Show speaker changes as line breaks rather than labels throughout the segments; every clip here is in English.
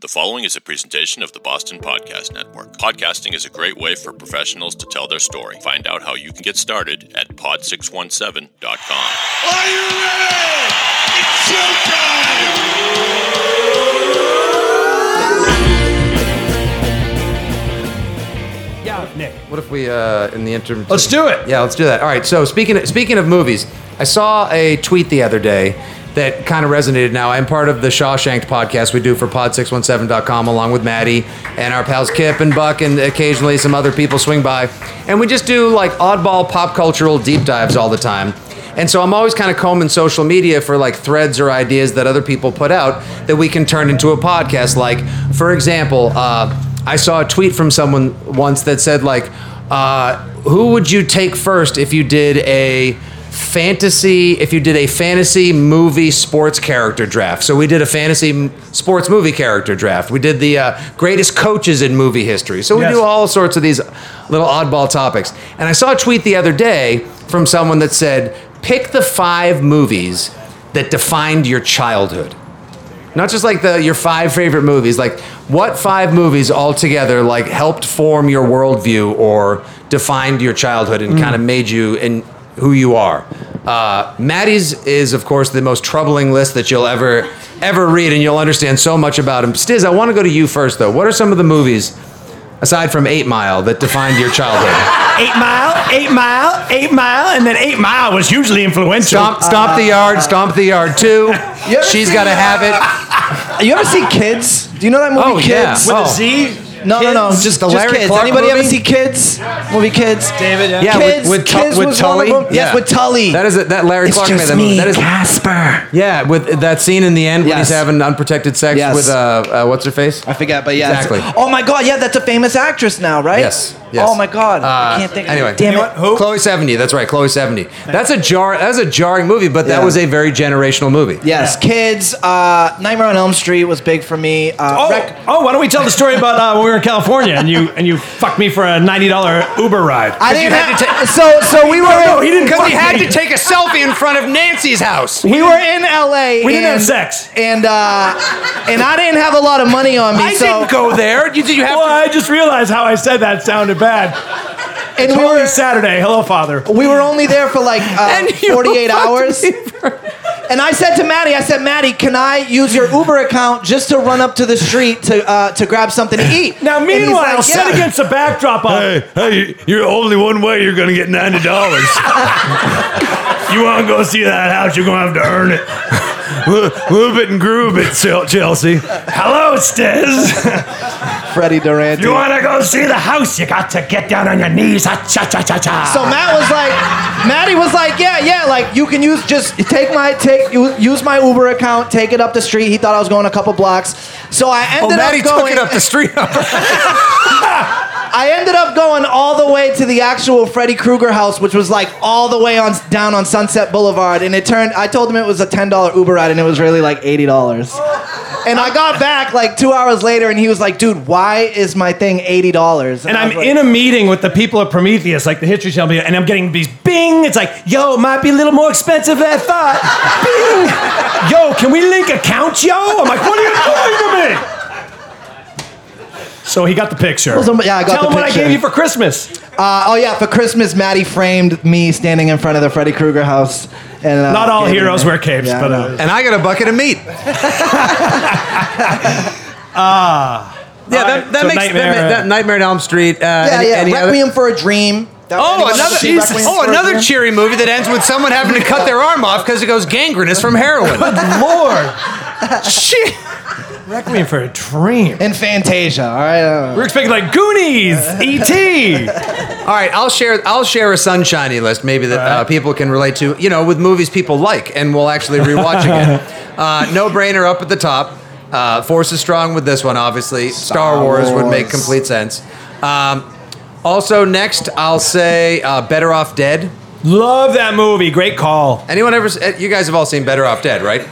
The following is a presentation of the Boston Podcast Network. Podcasting is a great way for professionals to tell their story. Find out how you can get started at pod617.com.
Are you ready? It's showtime!
Yeah, Nick.
What if we, uh, in the interim?
Let's do it.
Yeah, let's do that. All right. So speaking of, speaking of movies, I saw a tweet the other day that kind of resonated. Now I'm part of the Shawshanked podcast we do for Pod617.com along with Maddie and our pals Kip and Buck and occasionally some other people swing by, and we just do like oddball pop cultural deep dives all the time. And so I'm always kind of combing social media for like threads or ideas that other people put out that we can turn into a podcast. Like, for example, uh, I saw a tweet from someone once that said like, uh, "Who would you take first if you did a fantasy? If you did a fantasy movie sports character draft?" So we did a fantasy m- sports movie character draft. We did the uh, greatest coaches in movie history. So we
Yes.
do all sorts of these little oddball topics. And I saw a tweet the other day from someone that said, "Pick the five movies that defined your childhood." not just like the your five favorite movies like what five movies altogether like helped form your worldview or defined your childhood
Mm.
and kind of made you and who you are uh, maddie's is of course the most troubling list that you'll ever ever read and you'll understand so much about him stiz i want to go to you first though what are some of the movies aside from eight mile that defined your childhood
Eight Mile, Eight Mile, Eight Mile, and then Eight Mile was hugely influential.
stomp, stomp the yard stomp the yard too
You ever
she's
seen,
gotta
uh,
have it
You ever see Kids? Do you know that movie
Oh, yeah.
Kids?
With
With
Oh.
a Z?
No, no, no.
Kids?
Just,
The
just
Larry
kids.
Clark
Anybody ever
movie?
see Kids? Movie Kids.
David, yeah.
yeah,
kids,
with, with, Tu-
kids
with
was
Tully.
One of them. Yes, with Tully.
That is it. That Larry
It's
Clark made
just
that movie.
me,
That is
Casper.
Yeah, with that scene in the end when he's
Yes.
having unprotected sex
Yes.
with uh, uh what's her face?
I forget, but yeah. it's-
Exactly.
Oh my God! Yeah, that's a famous actress now, right?
Yes, yes.
Oh my God! I
Uh,
can't think. of
Anyway,
it. damn it.
Who?
Chloe seventy. That's right, Chloe seventy. That's a jar. That's a jarring movie, but that
Yeah.
was a very generational movie.
Yes, Kids. Uh, Nightmare on Elm Street was big for me. Uh,
Oh,
Rec-
oh, why don't we tell the story about uh, when we were in California and you and you fucked me for a ninety dollar Uber ride?
I didn't have to take. So, so we were.
no,
in-
he didn't
Because he
fuck
had
me.
to take a selfie in front of Nancy's house.
We were in LA.
We didn't have
and-
sex.
And uh, and I didn't have a lot of money on me.
I
so
didn't go there. You did. You have
Well, I just realized how I said that sounded bad.
and we
Holy
were,
Saturday, hello, Father.
we were only there for like uh,
And you
48
fucked
hours.
me
And I said to Maddie, I said, Maddie, can I use your Uber account just to run up to the street to uh, to grab something to eat?
Now,
And he's
meanwhile,
like,
set
"Yeah."
against the backdrop of
Hey, hey, you're only one way you're gonna get ninety dollars. you wanna go see that house, you're gonna have to earn it. Lo- Loop it and groove it, Chel- Chelsea.
Hello, Stiz.
Freddie Durant.
You wanna go see the house, you got to get down on your knees. Ha cha cha cha cha.
So Matt was like, Maddie was like, yeah, yeah, like you can use just take my take u- use my Uber account, take it up the street. He thought I was going a couple blocks, so I ended
Oh, Maddie
up going.
took it up the street.
I ended up going all the way to the actual Freddy Krueger house, which was like all the way on down on Sunset Boulevard. And it turned, I told him it was a ten dollar Uber ride, and it was really like eighty dollars. And I got back like two hours later, and he was like, "Dude, why is my thing eighty dollars?"
And I'm in a meeting with the people of Prometheus, like the history channel, meeting, and I'm getting these bing. It's like, yo, it might be a little more expensive than I thought. bing. Yo, can we link account, yo? I'm like, what are you doing to me? So he got the picture.
Well, somebody- yeah, I got
Tell
the
him what I
picture.
gave you for Christmas.
Uh, oh yeah, for Christmas, Maddie framed me standing in front of the Freddy Krueger house. And uh,
Not all
gave it
heroes
to me.
wear capes,
Yeah, I
but
know.
uh,
and I got a bucket of meat. Ah. Yeah,
all
that,
right,
that
so
makes
Nightmare,
that, ma-
uh,
that Nightmare on Elm Street. Uh,
yeah,
any-
yeah.
any other-
Requiem for a Dream. That-
Oh,
anyone
another
see
Jesus.
Requiem
Oh,
for a
another
Dream?
cheery movie that ends with someone having to cut their arm off because it goes gangrenous from heroin.
Lord,
Shit.
Requiem for a dream.
And Fantasia. All right. uh, I don't know.
We're expecting like Goonies, E E.T.
All right, I'll share. I'll share a sunshiny list, maybe that uh, people can relate to. You know, with movies people like, and we'll actually rewatch again. uh, no brainer up at the top. Uh, Force is strong with this one, obviously. Star, Wars. would make
Wars.
complete sense. Um, also, next I'll say uh, Better Off Dead.
Love that movie. Great call.
Anyone ever? s- eh, You guys have all seen Better Off Dead, right?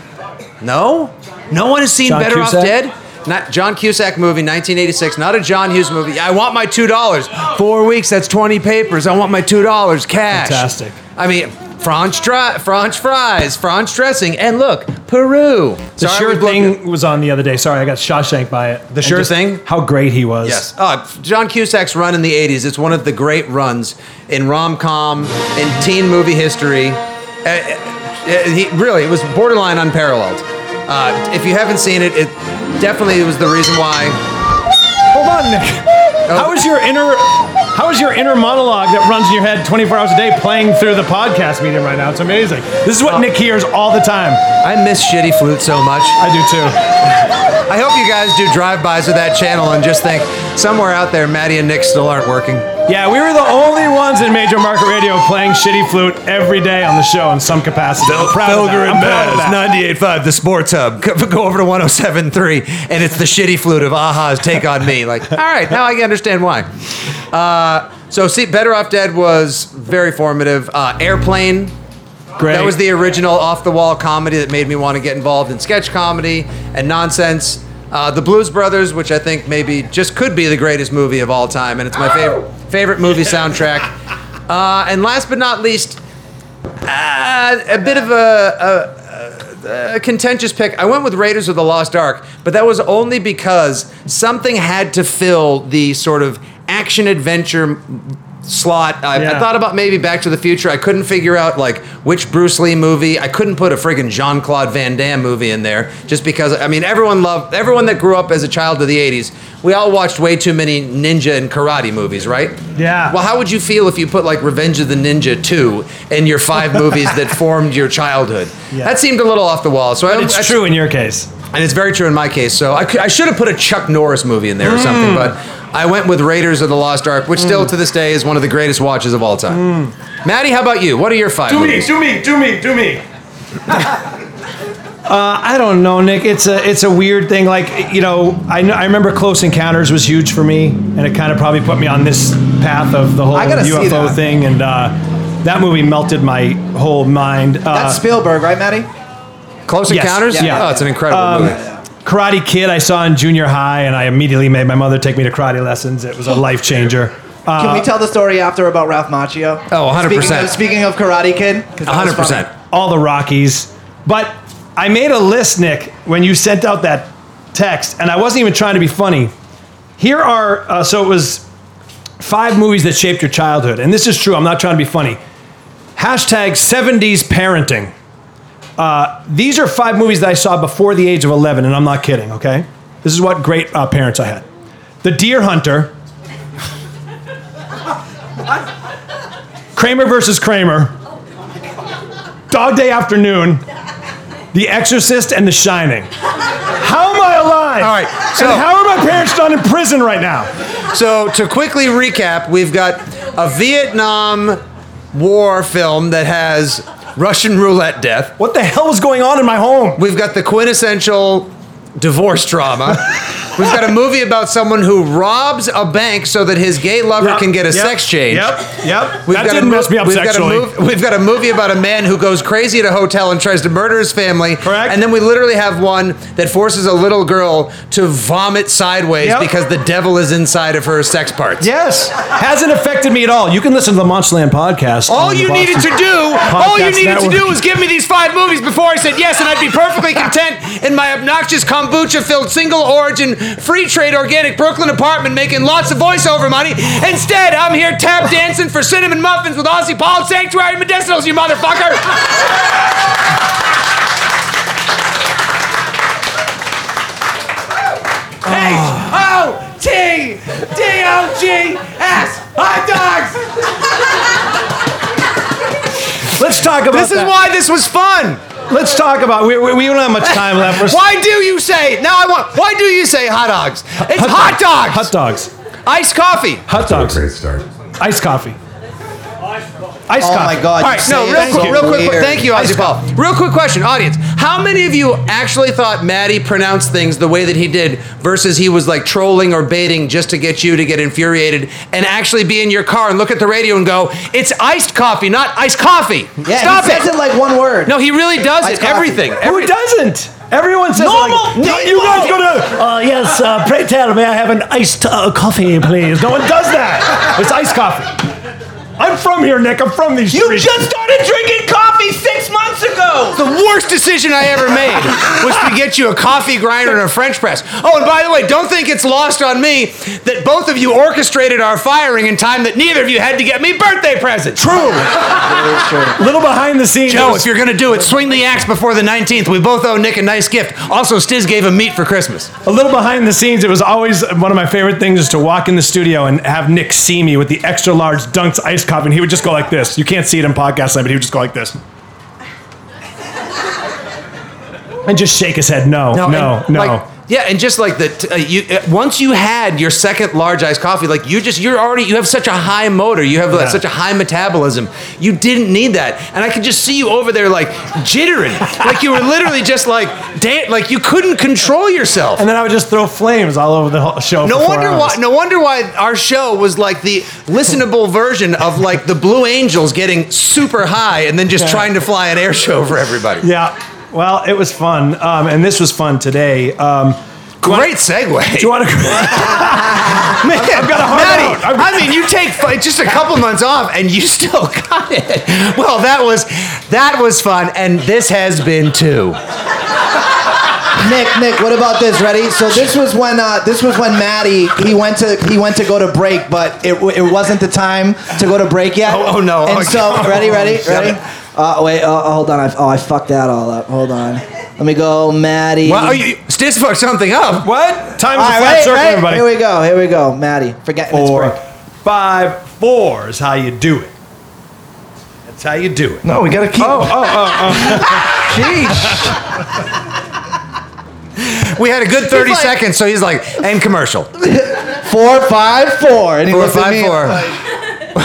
No, no one has seen
John
Better Off
Cusack?
Dead. Not John Cusack movie, 1986. Not a John Hughes movie. I want my two dollars. Four weeks. That's 20 papers. I want my two dollars cash.
Fantastic.
I mean, French, dry, French fries, French dressing, and look, Peru.
The
Sorry,
sure
we broke it.
thing was on the other day. Sorry, I got Shawshank by it. And
Sure
just
Thing?
How great he was.
Yes. Uh, John Cusack's run in the 80s. It's one of the great runs in rom com, in teen movie history. Uh, uh, he, really, it was borderline unparalleled. Uh, if you haven't seen it, it definitely was the reason why.
Hold on, Nick. How is your inner how is your inner monologue that runs in your head 24 hours a day playing through the podcast medium right now? It's amazing. This is what Nick hears all the time.
I miss Shitty Flute so much.
I do too.
I hope you guys do drive-bys with that channel and just think somewhere out there, Maddie and Nick still aren't working.
Yeah, we were the only ones in major market radio playing shitty flute every day on the show in some capacity. I'm proud of that. I'm proud of that.
98.5, the sports hub. Go go over to 107.3, and it's the shitty flute of Aha's Take on Me. Like, all right, now I understand why. Uh, so, see, Better Off Dead was very formative. Uh, Airplane,
Great.
that was the original off-the-wall comedy that made me want to get involved in sketch comedy and nonsense. Uh, the Blues Brothers, which I think maybe just could be the greatest movie of all time, and it's my favorite favorite movie soundtrack. Uh, and last but not least, uh, a bit of a, a, a contentious pick. I went with Raiders of the Lost Ark, but that was only because something had to fill the sort of action adventure slot. I, I
Yeah.
thought about maybe Back to the Future. I couldn't figure out like which Bruce Lee movie. I couldn't put a friggin' Jean Claude Van Damme movie in there just because. I mean, everyone loved everyone that grew up as a child of the '80s. We all watched way too many ninja and karate movies, right?
Yeah.
Well, how would you feel if you put like Revenge of the Ninja 2 in your five movies that formed your childhood?
Yeah.
That seemed a little off the wall. So I don't-
it's
I-
true in your case.
and it's very true in my case. So I, cou- I should have put a Chuck Norris movie in there or
Mm.
something, but I went with Raiders of the Lost Ark, which still to this day is one of the greatest watches of all time.
Mm.
Maddie, how about you? What are your five? movies?
do me, do me, do me. Uh, I don't know, Nick. It's a it's a weird thing. Like you know, I know, I remember Close Encounters was huge for me, and it kind of probably put me on this path of the whole
I gotta see
UFO
that.
thing, and uh, that movie melted my whole mind. Uh,
That's Spielberg, right, Maddie?
Close
Yes.
Encounters?
Yeah.
Oh, it's an incredible
Um,
movie.
Karate Kid, I saw in junior high, and I immediately made my mother take me to karate lessons. It was a life changer. Uh,
Can we tell the story after about Ralph Macchio?
Oh, 100%.
Speaking of, speaking of Karate Kid, 'cause that was funny.
100%.
all the Rockies. But I made a list, Nick, when you sent out that text, and I wasn't even trying to be funny. Here are uh, so it was five movies that shaped your childhood, and this is true. I'm not trying to be funny. Hashtag 70s parenting. Uh, these are five movies that I saw before the age of 11, and I'm not kidding. Okay, this is what great uh, parents I had. The Deer Hunter. Kramer versus Kramer. Dog Day Afternoon, The Exorcist, and The Shining. How am I alive?
All right, so-
and how are my parents not in prison right now?
So to quickly recap, we've got a Vietnam War film that has Russian roulette death.
What the hell was going on in my home?
We've got the quintessential divorce drama. We've got a movie about someone who robs a bank so that his gay lover
Yep,
can get a
yep,
sex change.
Yep, yep.
We've
that
got a
didn't
mo-
mess me up
we've
sexually.
Got a mov- we've got a movie about a man who goes crazy at a hotel and tries to murder his family.
Correct.
And then we literally have one that forces a little girl to vomit sideways
Yep.
because the devil is inside of her sex parts.
Yes, hasn't affected me at all. You can listen to the Monchland podcast.
All
on the
you
Boston-
needed to do, all you
Podcast
needed to do
Network.
was give me these five movies before I said yes, and I'd be perfectly content in my obnoxious kombucha-filled single-origin free trade organic Brooklyn apartment, making lots of voiceover money. Instead, I'm here tap dancing for cinnamon muffins with Aussie Paul Sanctuary Medicinals, you motherfucker.
O T D O G S hot dogs.
Let's talk about
This is
that.
why this was fun.
Let's talk about. We, we, we don't have much time left. We're-
Why do you say now? I want. Why do you say hot dogs? It's hot, dogs.
Hot dogs.
Iced coffee.
Hot dogs.
Great start.
Iced coffee. Iced
Oh
coffee.
my God!
All right, no, real quick, real quick, thank you, Ozzy Paul. Real quick question, audience: How many of you actually thought Maddie pronounced things the way that he did versus he was like trolling or baiting just to get you to get infuriated and actually be in your car and look at the radio and go, "It's iced coffee, not iced coffee."
Yeah,
Stop
he says it.
it.
like one word.
no, he really does
Iced
it.
coffee.
Everything. Every-
Who doesn't? Everyone says
Normal
like, "No, you
people!"
guys go to uh, yes. Uh, pray tell, may I have an iced uh, coffee, please? No one does that. It's iced coffee. I'm from here, Nick. I'm from these
You
streets.
just started drinking coffee six months ago.
The worst decision I ever made was to get you a coffee grinder and a French press. Oh, and by the way, don't think it's lost on me that both of you orchestrated our firing in time that neither of you had to get me birthday presents. True.
a little behind the scenes.
Joe, if you're gonna do it, swing the axe before the 19th. We both owe Nick a nice gift. Also, Stiz gave him meat for Christmas.
a little behind the scenes, it was always one of my favorite things is to walk in the studio and have Nick see me with the extra large Dunks ice cup, and he would just go like this. You can't see it in podcast land, but he would just go like this. And just shake his head. No, no, no.
and, like, yeah, and just like that, uh, you uh, once you had your second large iced coffee, like you just you're already you have such a high motor, you have like,
Yeah.
such a high metabolism. You didn't need that, and I could just see you over there like jittering, like you were literally just like da- like you couldn't control yourself.
and then I would just throw flames all over the whole show.
No
for four
wonder why.
hours.
No wonder why our show was like the listenable version of like the Blue Angels getting super high and then just trying to fly an air show for everybody.
Yeah. Well, it was fun, um, and this was fun today. Um,
Great segue.
do you want to? Man, I've got a hard out.
Maddie,
I've-
I mean, you take fi- just a couple months off and you still got it. Well, that was that was fun, and this has been too.
Nick, Nick, what about this? Ready? So this was when uh, this was when Maddie he went to he went to go to break, but it, w- it wasn't the time to go to break yet.
Oh, oh, no.
And
Oh,
so
God.
ready, ready,
Shut
ready.
it.
Uh, wait, uh, hold on. I, oh, I fucked that all up. Hold on. Let me go, Maddie.
Well, are you Stiz fucked something up.
what? Time's
all
a
right,
flat
ready,
circle,
ready?
everybody.
Here we go. Here we go, Maddie. Forgetting it's
Four,
break.
five, four is how you do it. That's how you do it.
No, we gotta keep.
Oh, oh,
We had a good thirty seconds, so he's like, and commercial.
Four, five, four. And he
Four
looked at
five
me,
four.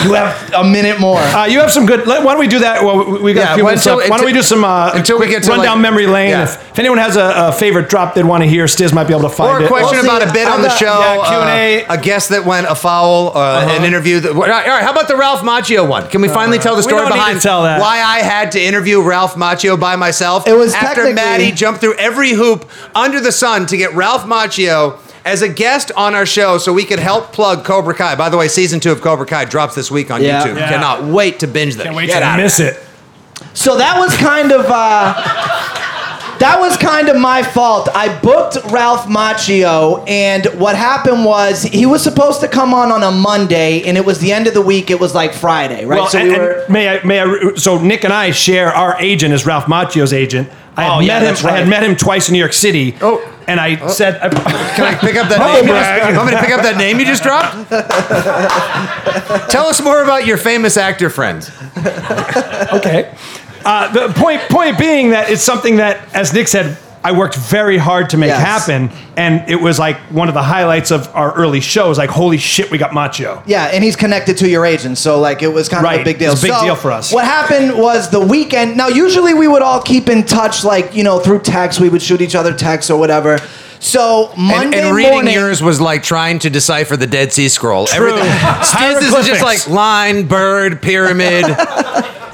You have a minute more.
oh. Uh, you have some good. let- Why don't we do that? Well, we- we got
Yeah,
a few
well,
minutes
until-
left. Why don't we
until-
do some uh,
until we
quick
get to,
run
like-
down memory lane?
Yeah.
If, if anyone has a, a favorite drop they'd want to hear, Stiz might be able to find
Or
it.
a question
Well, see,
about a bit
I
on the
got-
show,
yeah, Q&A.
uh, a guest that went afoul, uh,
Uh-huh.
an interview. That, all right, how about the Ralph Macchio one? Can we finally tell the
we
story
don't need to
behind
tell that.
why I had to interview Ralph Macchio by myself?
It was
after
technically-
Maddie jumped through every hoop under the sun to get Ralph Macchio. As a guest on our show, so we could help plug Cobra Kai. By the way, season two of Cobra Kai drops this week on
Yeah.
YouTube.
Yeah.
Cannot wait to binge that.
Can't wait
Get
to
out of
miss it.
So that was kind of uh, that was kind of my fault. I booked Ralph Macchio, and what happened was he was supposed to come on on a Monday, and it was the end of the week. It was like Friday, right?
Well,
so
and, and may I? May I? re- So Nick and I share our agent is Ralph Macchio's agent. I had
Oh,
met
yeah,
him.
that's
I
right.
had met him twice in New York City.
Oh.
and I said, I,
Can I pick up that name? You just, want me to pick up that name you just dropped? Tell us more about your famous actor friends.
okay. Uh, the point point being that it's something that, as Nick said, I worked very hard to make
Yes.
happen, and it was like one of the highlights of our early shows. Like, holy shit, we got Macho.
Yeah, and he's connected to your agent, so like it was kind of
Right,
a big deal.
it's a big
So,
deal for us.
What happened was the weekend. Now, usually we would all keep in touch, like you know, through text. We would shoot each other texts or whatever. So
And,
Monday
and reading
morning,
yours was like trying to decipher the Dead Sea Scroll. Everything. Stiz is just
Hieroglyphics.
like line, bird, pyramid,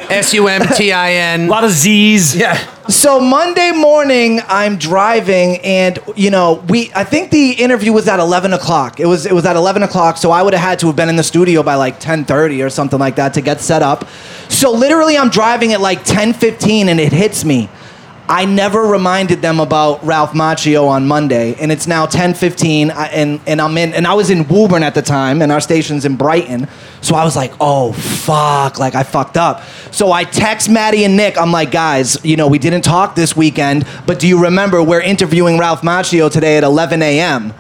S U M T I N.
A lot of Z's.
Yeah.
So Monday morning, I'm driving, and you know, we. I think the interview was at 11 o'clock. It was it was at 11 o'clock, so I would have had to have been in the studio by like 10:30 or something like that to get set up. So literally, I'm driving at like 10:15, and it hits me. I never reminded them about Ralph Macchio on Monday, and it's now 10:15, I- and and I'm in, and I was in Woburn at the time, and our station's in Brighton, so I was like, oh fuck, like I fucked up. So I text Maddie and Nick. I'm like, guys, you know, we didn't talk this weekend, but do you remember we're interviewing Ralph Macchio today at 11 a.m.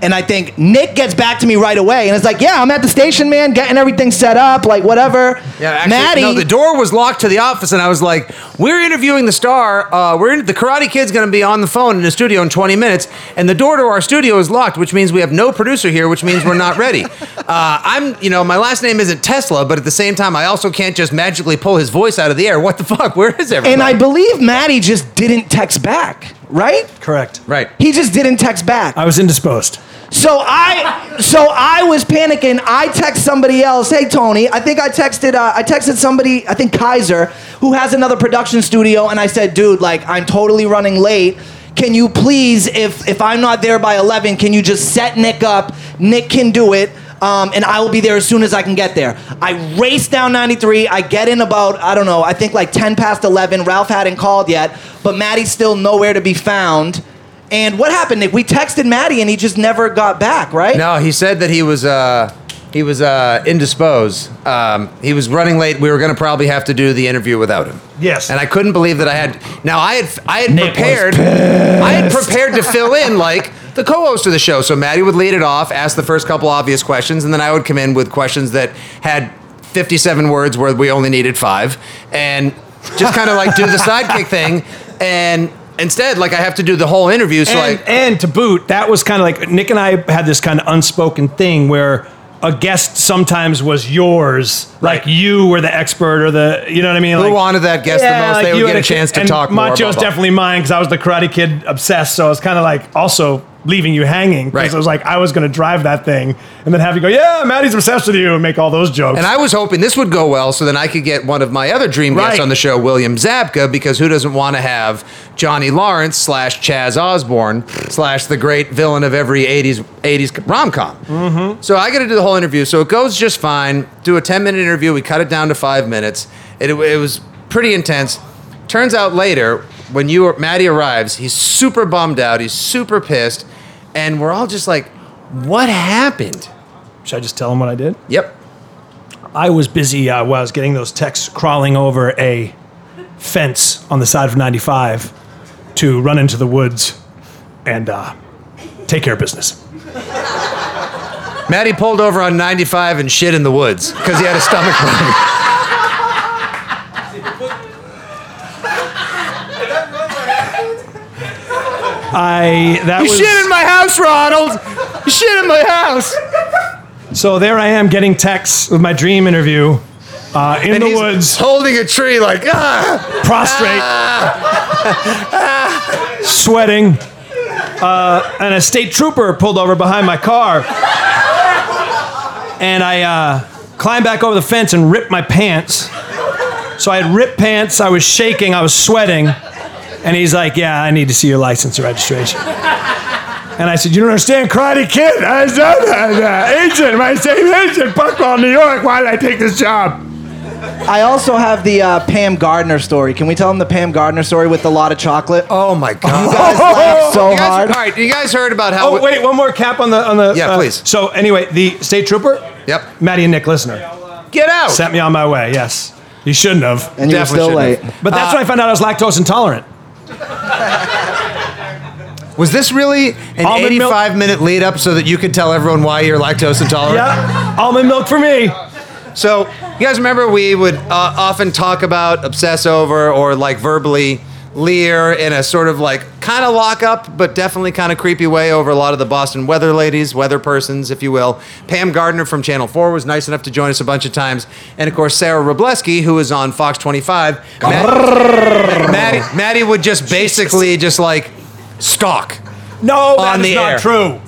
And I think Nick gets back to me right away, and it's like, yeah, I'm at the station, man, getting everything set up, like whatever.
Yeah, actually, no. The door was locked to the office, and I was like, "We're interviewing the star. Uh, we're in, the Karate Kid's going to be on the phone in the studio in 20 minutes, and the door to our studio is locked, which means we have no producer here, which means we're not ready. Uh, I'm, you know, my last name isn't Tesla, but at the same time, I also can't just magically pull his voice out of the air. What the fuck? Where is everybody?
and I believe Maddie just didn't text back, right?
Correct.
right.
He just didn't text back.
I was indisposed.
So I, so I was panicking. I text somebody else. Hey Tony, I think I texted. Uh, I texted somebody. I think Kaiser, who has another production studio, and I said, dude, like I'm totally running late. Can you please, if if I'm not there by 11, can you just set Nick up? Nick can do it. um, and I will be there as soon as I can get there. I race down 93. I get in about, I don't know, I think like 10 past 11. Ralph hadn't called yet, but Maddie's still nowhere to be found. And what happened, Nick? We texted Maddie and he just never got back, right?
No, he said that he was uh, he was uh, indisposed. Um, he was running late. We were going to probably have to do the interview without him.
Yes.
And I couldn't believe that I had. Now I had I had
Nick was
prepared. I had prepared to fill in like the co-host of the show. So Maddie would lead it off, ask the first couple obvious questions, and then I would come in with questions that had 57 words where we only needed five, and just kind of like do the sidekick thing. And instead, like I have to do the whole interview. So
and,
I.
and to boot, that was kind of like Nick and I had this kind of unspoken thing where a guest sometimes was yours, like you were the expert or the, you know what I mean?
Who
like,
wanted that guest the most, they would
you
get
had
a chance to
and
talk more,
Macho's
blah, blah.
definitely mine because I was the Karate Kid obsessed, so I was kind of like also leaving you hanging because
Right.
I was like I was going to drive that thing and then have you go, yeah, Maddie's obsessed with you and make all those jokes.
And I was hoping this would go well so then I could get one of my other dream guests
Right.
on the show, William Zabka, because who doesn't want to have Johnny Lawrence slash Chaz Osborne slash the great villain of every 80s, 80s rom com? Mm-hmm. So I got to do the whole interview. So it goes just fine. Do a 10 minute interview. We cut it down to five minutes. It, it was pretty intense. Turns out later, when you Maddie arrives, he's super bummed out. He's super pissed. And we're all just like, what happened?
Should I just tell him what I did?
Yep.
I was busy uh, while I was getting those texts, crawling over a fence on the side of 95 to run into the woods and uh, take care of business.
Maddie pulled over on 95 and shit in the woods because he had a stomach bug.
I that
you
was
shit in my house, Ronald. You shit in my house.
so there I am getting texts with my dream interview uh, in
And
the
he's
woods,
holding a tree like ah.
prostrate, sweating. Uh, and a state trooper pulled over behind my car, and I uh, climbed back over the fence and ripped my pants. So I had ripped pants. I was shaking. I was sweating. And he's like, "Yeah, I need to see your license and registration." And I said, "You don't understand, Karate Kid. I was out as an agent, my same agent, Buckwall, New York. Why did I take this job?"
I also have the uh, Pam Gardner story. Can we tell them the Pam Gardner story with a lot of chocolate?
Oh my god.
guys laughed so
Oh, You guys-
hard.
All right, you guys heard about how?
Oh wait, one more cap on the on the. uh,
Yeah, please.
So anyway, the state trooper.
Yep.
Maddie and Nick listener
Get out.
sent me on my way. Yes, you Uh, shouldn't have.
and you were
Definitely shouldn't
still late.
have.
But that's when I found out I was lactose intolerant.
Was this really an
Almond milk-
85 minute lead up so that you could tell everyone why you're lactose intolerant?
Yeah, almond milk for me.
So, you guys remember we would uh, often talk about, obsess over, or like verbally leer in a sort of like kind of lock up, but definitely kind of creepy way over a lot of the Boston weather ladies, weather persons, if you will. Pam Gardner from Channel 4 was nice enough to join us a bunch of times. And of course, Sarah Robleski, who is on Fox 25. Matt- Maddie, Maddie would just basically just like stalk.
No,
On
that
the
is not
air.
true.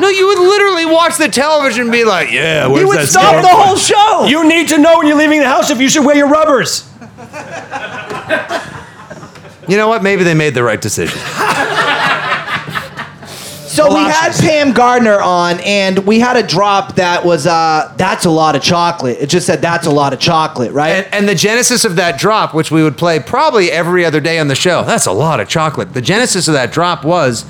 No, you would literally watch the television and be like, yeah, where's
You would
that
stop
snorkel?
the whole show. You need to know when you're leaving the house if you should wear your rubbers.
You know what? Maybe they made the right decision.
So we had Pam Gardner on, and we had a drop that was uh, that's a lot of chocolate. It just said that's a lot of chocolate, right?
And, and the genesis of that drop, which we would play probably every other day on the show, that's a lot of chocolate. The genesis of that drop was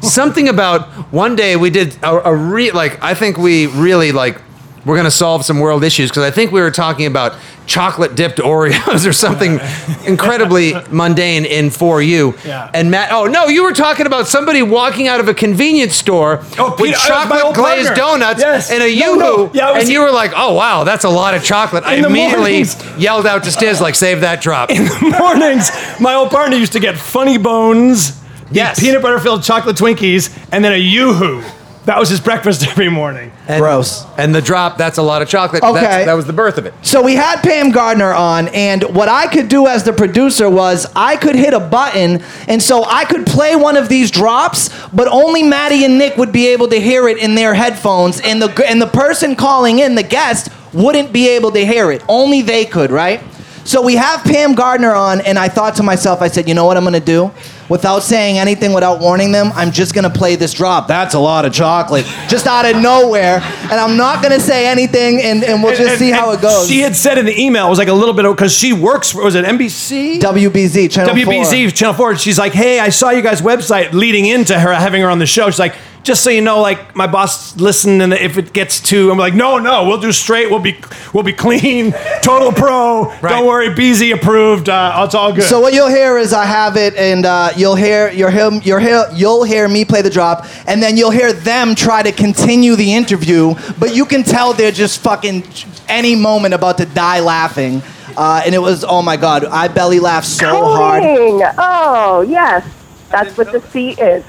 something about one day we did a, a re like I think we really like we're gonna solve some world issues because I think we were talking about chocolate dipped Oreos or something incredibly mundane in for you.
Yeah.
And Matt, oh no, you were talking about somebody walking out of a convenience store
Oh, Peter, that was
with
my
chocolate
old
glazed
partner.
donuts
Yes.
and
No,
a Yoo-Hoo,
no. Yeah, it was-
and you were like, oh wow, that's a lot of chocolate. I
In the
immediately
mornings.
yelled out to Stiz like, "Save that drop."
Mornings, my old partner used to get funny bones,
Yes.
peanut butter filled chocolate Twinkies, and then a yoo-hoo. That was his breakfast every morning.
And,
Gross.
And the drop, that's a lot of chocolate.
Okay.
That's- that was the birth of it.
So we had Pam Gardner on, and what I could do as the producer was I could hit a button, and so I could play one of these drops, but only Maddie and Nick would be able to hear it in their headphones, and the and the person calling in, the guest, wouldn't be able to hear it. Only they could, right? So we have Pam Gardner on, and I thought to myself, I said, you know what I'm gonna do? without saying anything, without warning them, I'm just gonna play this drop. That's a lot of chocolate, just out of nowhere, and I'm not gonna say anything, and, and we'll just
And-
see
and
how it goes.
She had said in the email, it was like a little bit of, because she works for, was it NBC?
WBZ channel
WBZ Channel 4. and She's like, hey, I saw you guys' website leading into her having her on the show. She's like, just so you know, like my boss listened, and if it gets to, I'm like, no, no, we'll do straight. We'll be, we'll be clean, total pro.
Right.
Don't worry, BZ approved. Uh, it's all good.
So what you'll hear is I have it, and uh, you'll hear you'll hear you'll hear you'll hear me play the drop, and then you'll hear them try to continue the interview, but you can tell they're just fucking any moment about to die laughing. Uh, and it was oh my god, I belly laughed so hard.
Dang. Oh, yes. That's what the C is.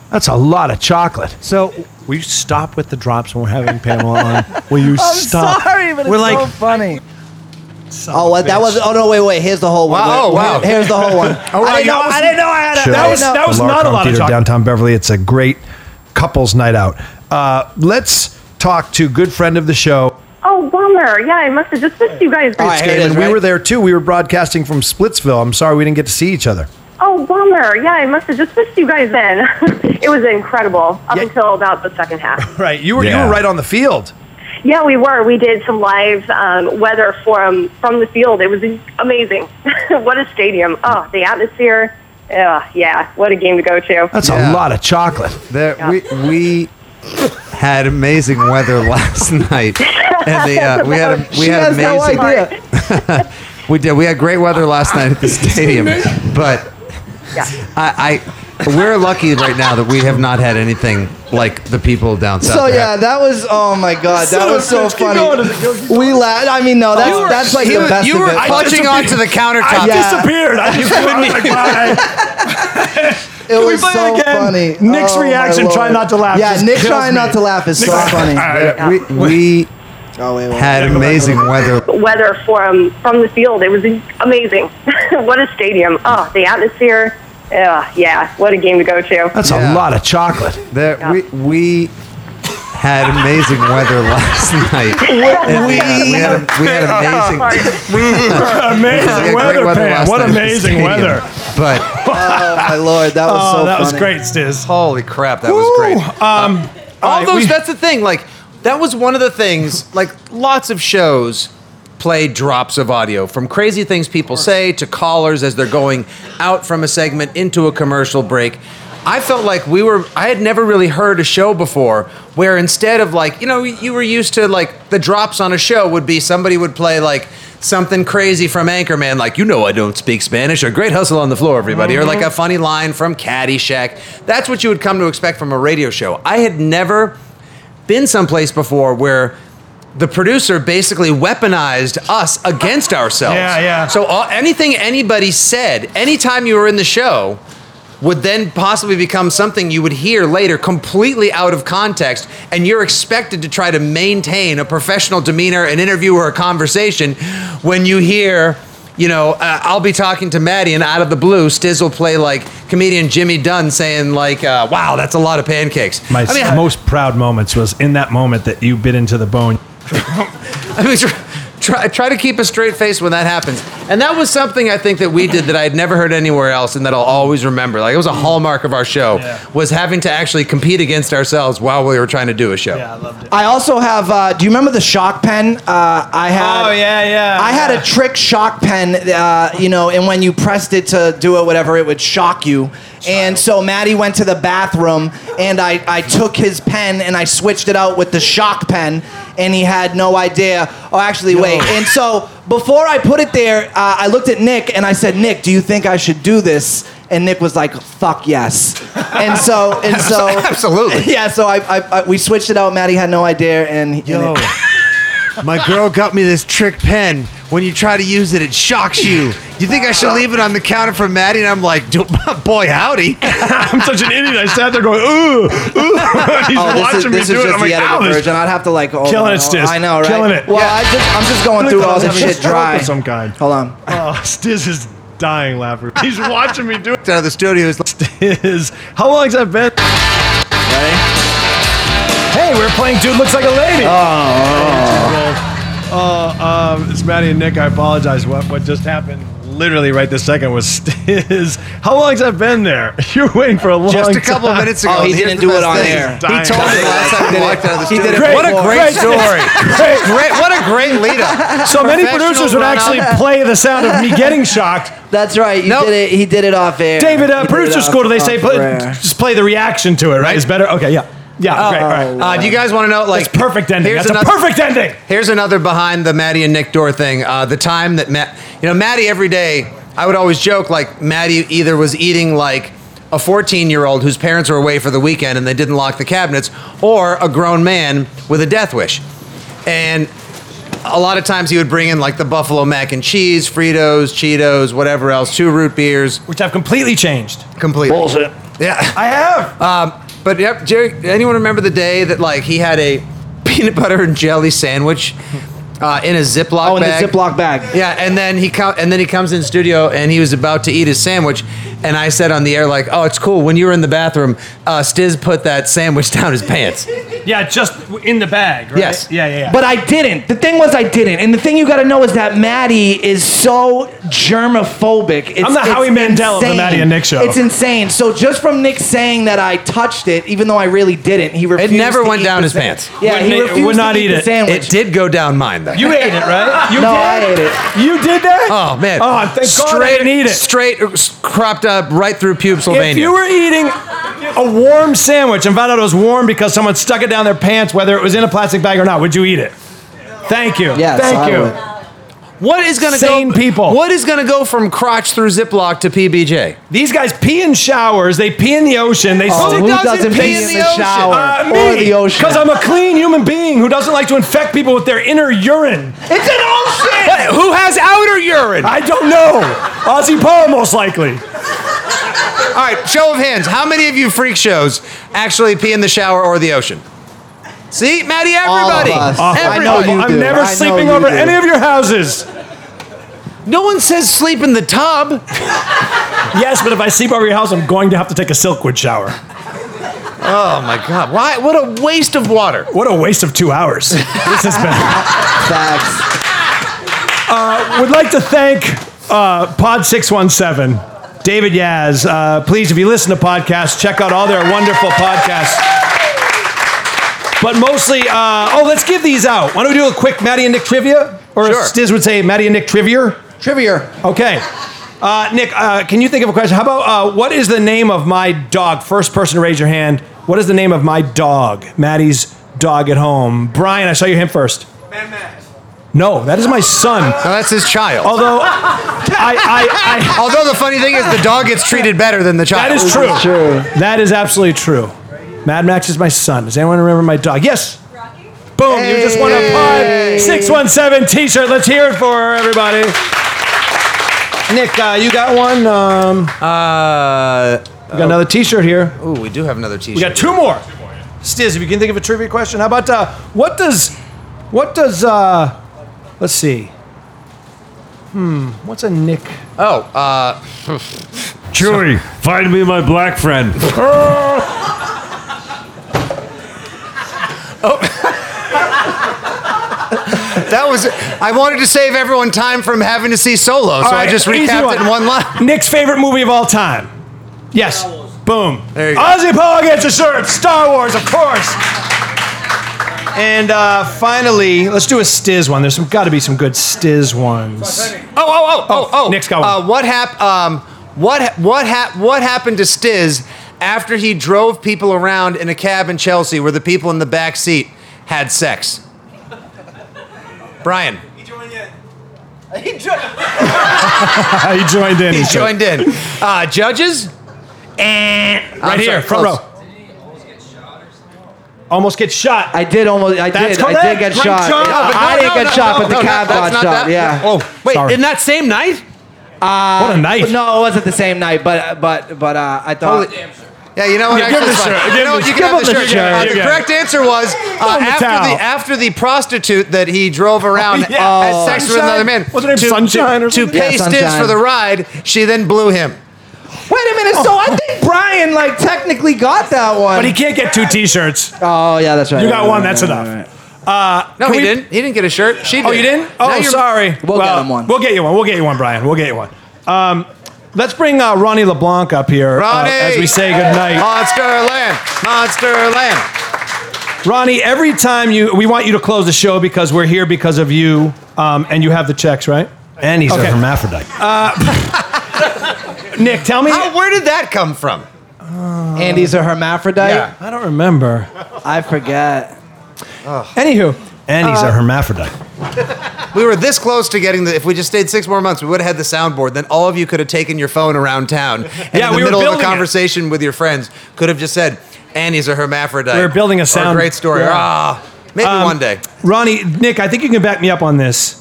that's a lot of chocolate. So will you stop with the drops when we're having Pamela on? Will you
I'm sorry, but
We're
it's
like-
so funny. Oh, what, that was. Oh no, wait, wait. Here's the whole one.
Wow,
Wait,
wow.
here- here's the whole one.
Oh, wow,
I didn't know.
y'all-
I didn't know I had a.
Sure.
I
That
didn't
was-
know.
that was
the
not a
Larcom
lot of
Theater,
chocolate.
downtown Beverly. It's a great couples night out. Uh, let's talk to good friend of the show.
oh, bummer. Yeah, I must have just missed you guys.
All right, here it
Caitlin,
is,
we
right?
were there too. We were broadcasting from Splitsville. I'm sorry we didn't get to see each other.
Oh, bummer. Yeah, I must have just missed you guys then. it was incredible up
Yeah.
until about the second half.
Right, you were you
Yeah.
were right on the field.
yeah, we were. We did some live um, weather from from the field. It was amazing. what a stadium. Oh, the atmosphere. Oh, yeah, what a game to go to.
That's a
Yeah.
lot of chocolate.
There, we, we had amazing weather last night, and the, uh, we had a, we
She
had
has no
amazing.
idea.
We did. We had great weather last night at the stadium, but
Yeah.
I, I we're lucky right now that we have not had anything like the people down south.
So
have.
yeah, that was oh my god, that
Son of
was
a
so
bitch, keep
funny.
going, does it go-
We laughed. I mean, no, that's
You were-
that's like
you-
the best
you were
of it.
I clutching onto the countertop.
I
Yeah.
disappeared. I just went like, bye.
it
we
was
play it
so
again?
funny.
Nick's
Oh, my
reaction, try
lord.
not to laugh,
Yeah,
just
Nick
kills
trying
me.
not to laugh is so funny.
We, we
Oh wait, wait.
had amazing weather.
weather from from the field. It was amazing. what a stadium! Oh, the atmosphere. Oh, yeah, what a game to go to.
That's a
Yeah.
lot of chocolate.
There, we we had amazing weather last night. And we, had a, we had amazing. we
amazing
had
weather,
great weather
Pam.
last
What
night at the
amazing
stadium.
weather.
But
Oh my lord, that was
Oh,
so
that
funny.
was great, Stiz.
holy crap, that was great. Uh,
Um,
all
right,
those
we-
that's the thing like that was one of the things like lots of shows play drops of audio from crazy things people say to callers as they're going out from a segment into a commercial break i felt like we were i had never really heard a show before where instead of like you know you were used to like the drops on a show would be somebody would play like something crazy from anchorman like you know i don't speak spanish or great hustle on the floor everybody or like a funny line from caddyshack that's what you would come to expect from a radio show i had never been someplace before where the producer basically weaponized us against ourselves.
Yeah, yeah.
So all, anything anybody said, anytime you were in the show, would then possibly become something you would hear later completely out of context and you're expected to try to maintain a professional demeanor an interview or a conversation when you hear you know uh, i'll be talking to maddie and out of the blue stiz will play like comedian jimmy dunn saying like uh, wow that's a lot of pancakes
My
I mean, I-
most proud moments was in that moment that you bit into the bone.
I mean, try, try, try to keep a straight face when that happens. And that was something I think that we did that I had never heard anywhere else, and that I'll always remember. Like it was a hallmark of our show was having to actually compete against ourselves while we were trying to do a show.
I also have. Uh, do you remember the shock pen? Uh, I had.
Oh, yeah, yeah,
I had
yeah.
a trick shock pen. Uh, you know, and when you pressed it to do it, whatever, it would shock you. And so Maddie went to the bathroom, and I, I took his pen and I switched it out with the shock pen, and he had no idea. Oh, actually, wait. And so before I put it there, uh, I looked at Nick and I said, Nick, do you think I should do this? And Nick was like, "Fuck yes," and so and so
Absolutely.
yeah, so I, I, I we switched it out. Maddie had no idea, and, and
Yo,
it-
my girl got me this trick pen. When you try to use it, it shocks you. You think I should leave it on the counter for Maddie? And I'm like, "Do- boy, howdy.
I'm such an idiot. I sat there going, ooh, ooh. He's
oh, this is,
watching
this
me do
is
it.
just
I'm
the
like,
edited
ow, this.
version. I'd have to like hold
Killing
on,
it, Stiz.
I know, right?
Killing it.
Well, I just I'm just going
Really
through
thought I
all
was
this
having a
shit
stroke
dry.
of some kind.
Hold on.
Oh, Stiz is dying laughing. He's watching me do it.
Out of the studio, he's like,
Stiz, how long's that been?
Ready?
Hey, we're playing Dude Looks Like a Lady. Uh,
Oh, um, it's Maddie and Nick. I apologize. What what just happened
literally right this second was is how long's that been there? You're waiting for a long
Just a couple of
time.
minutes ago.
Oh, he
Here's
didn't
the
do
best
it on
thing.
air.
He told me last time we walked out of the
He
studio.
did it
What a
before.
great story. great, great. What a great lead up.
So many producers would actually play the sound of me getting shocked.
That's right. You
Nope.
did it. He did it off air.
David,
He
uh,
did
producer
it off-
school, do they
Oh,
say
off
play,
air.
just play the reaction to it, right? It's better? Okay, yeah. Yeah, great, all right.
Uh, do you guys want to know? Like
That's perfect ending.
here's
That's a
another-
perfect ending.
Here's another behind the Maddie and Nick door thing. Uh, the time that Matt, you know, Maddie every day, I would always joke like Maddie either was eating like a 14 year old whose parents were away for the weekend and they didn't lock the cabinets, or a grown man with a death wish. And a lot of times he would bring in like the buffalo mac and cheese, Fritos, Cheetos, whatever else, two root beers,
Which I've completely changed. Uh,
completely.
Bullshit.
Yeah.
I have.
Um, but yep, Jerry, anyone remember the day that like he had a peanut butter and jelly sandwich uh, in a Ziploc
Oh, in the
bag?
Ziploc bag.
Yeah, and then he co- and then he comes in studio and he was about to eat his sandwich, and I said on the air like, "Oh, it's cool. When you were in the bathroom, uh, Stiz put that sandwich down his pants."
yeah, just in the bag, right?
Yes.
Yeah, yeah, yeah.
But I didn't. The thing was, I didn't. And the thing you got to know is that Maddie is so germophobic. It's,
I'm the
it's
Howie Mandel of the
insane.
Maddie and Nick show.
It's insane. So just from Nick saying that I touched it, even though I really didn't, he refused.
never
to
went
eat
down
the
his
sa-
pants.
Yeah,
Wouldn't
he
it-
refused
would not
to eat,
eat
the
it.
sandwich.
It did go down mine though.
you ate it, right? You
No,
did?
I ate it.
You did that?
oh man!
Oh, thank God I didn't eat it.
Straight uh, s- cropped up right through pubes,
If you were eating a warm sandwich and found out it was warm because someone stuck it down their pants, whether it was in a plastic bag or not, would you eat it? Thank you.
Yes,
Thank
I
you.
would.
What is going to go?
Sane people.
What is going to go from crotch through Ziploc to PBJ?
These guys pee in showers. They pee in the ocean. They
Oh,
stick
who
dogs
doesn't pee in the shower or the ocean?
Because Uh, I'm a clean human being who doesn't like to infect people with their inner urine.
It's an ocean.
What? Who has outer urine?
I don't know. Ozzy Paul, most likely.
All right, show of hands. How many of you freak shows actually pee in the shower or the ocean? See, Maddie,
All of
everybody.
us.
Everybody.
I know you
I'm
do.
never
I know
sleeping
you
over
do.
any of your houses.
No one says sleep in the tub.
Yes, but if I sleep over your house, I'm going to have to take a Silkwood shower.
Oh my God! Why? What a waste of water.
What a waste of two hours. This has been.
Facts.
would like to thank uh, Pod 617, David Yaz. Uh, please, if you listen to podcasts, check out all their wonderful podcasts. But mostly, uh, oh, let's give these out. Why don't we do a quick Maddie and Nick trivia? Or
Sure.
as Stiz would say, Maddie and Nick trivia?
Trivia.
Okay. Uh, Nick, uh, can you think of a question? How about uh, what is the name of my dog? First person to raise your hand. What is the name of my dog? Maddie's dog at home. Brian, I saw your hand first. No, that is my son.
No, that's his child.
Although I, I, I
Although the funny thing is, the dog gets treated better than the
that
child.
is true. That is absolutely true. Mad Max is my son. Does anyone remember my dog? Yes. Boom! You just won a pod six one seven T-shirt. Let's hear it for everybody. Nick, uh, you got one. Um,
Uh,
we got another T-shirt here.
ooh, we do have another T-shirt.
We got two more. Stiz, if you can think of a trivia question, how about uh, what does what does uh, let's see. Hmm, what's a Nick?
Oh, uh,
Chewy, find me my black friend.
that was. I wanted to save everyone time from having to see Solo, so
All
I
right,
just
easy
recapped it in one line.
Nick's favorite movie of all time. Yes. Boom.
There you go.
Ozzy Paul gets a shirt. Star Wars, of course. And uh, finally, let's do a Stiz one. There's some, got to be some good Stiz ones.
Oh, oh, oh, oh, oh.
Nick's got one.
Uh, what hap- um, what ha- what hap- what happened to Stiz after he drove people around in a cab in Chelsea where the people in the back seat had sex? Brian,
he joined in.
he joined in. Uh, judges?
Eh. Right
I'm
here,
sorry,
front
close.
row. Almost get shot.
I did almost. I
That's
did. I did
correct.
get
Great
shot.
job.
Yeah,
No, but
I
no,
didn't
no,
get
no,
shot,
no,
but the
no,
cab
that's
got
not
shot.
that-
Yeah.
Oh, wait,
Sorry.
in that same night?
Oh,
what a knife.
But no, it wasn't the same night. But but but uh, I thought.
Holy- Yeah, you know what?
Yeah, give him the
actually, it's fine.
shirt.
You
Give
know
him
what?
the-
You can
give
have
him
the
the
shirt.
shirt.
Uh,
You
the
got it.
correct answer was uh,
him the
after
towel.
the after the prostitute that he drove around uh,
Oh, yeah.
had sex with
Sunshine?
another man.
What's her name, Sunshine or
To
something?
pay
Yeah,
Stiz
Sunshine.
for the ride, she then blew him.
Wait a minute. So I think Brian like technically got that one.
But he can't get two T-shirts.
oh yeah, that's right.
You
right,
got
right,
one.
right,
That's
right,
enough.
right, right.
Uh,
No,
can
he
we-
didn't. He didn't get a shirt. She did.
Oh, you didn't?
Now
Oh,
you're-
sorry.
We'll get him one.
We'll get you one. We'll get you one, Brian. We'll get you one. Um, let's bring uh, Ronnie LeBlanc up here uh,
Ronnie!
as we say goodnight.
Monsterland, Monsterland.
Ronnie, every time you, we want you to close the show because we're here because of you, um, and you have the checks, right?
And he's
Okay.
a
Uh,
hermaphrodite.
Nick, tell me.
How, where did that come from?
Andy's a hermaphrodite.
Yeah.
I don't remember. Uh,
I forget.
Anywho,
and he's a hermaphrodite.
We were this close to getting the. If we just stayed six more months, we would have had the soundboard. Then all of you could have taken your phone around town. And
Yeah,
in the
we were
middle of a
building it.
conversation with your friends, could have just said, "Annie's a hermaphrodite."
We were building a
Or,
sound-
great story.
Yeah. Um,
Or, Ah, maybe one day.
Ronnie, Nick, I think you can back me up on this.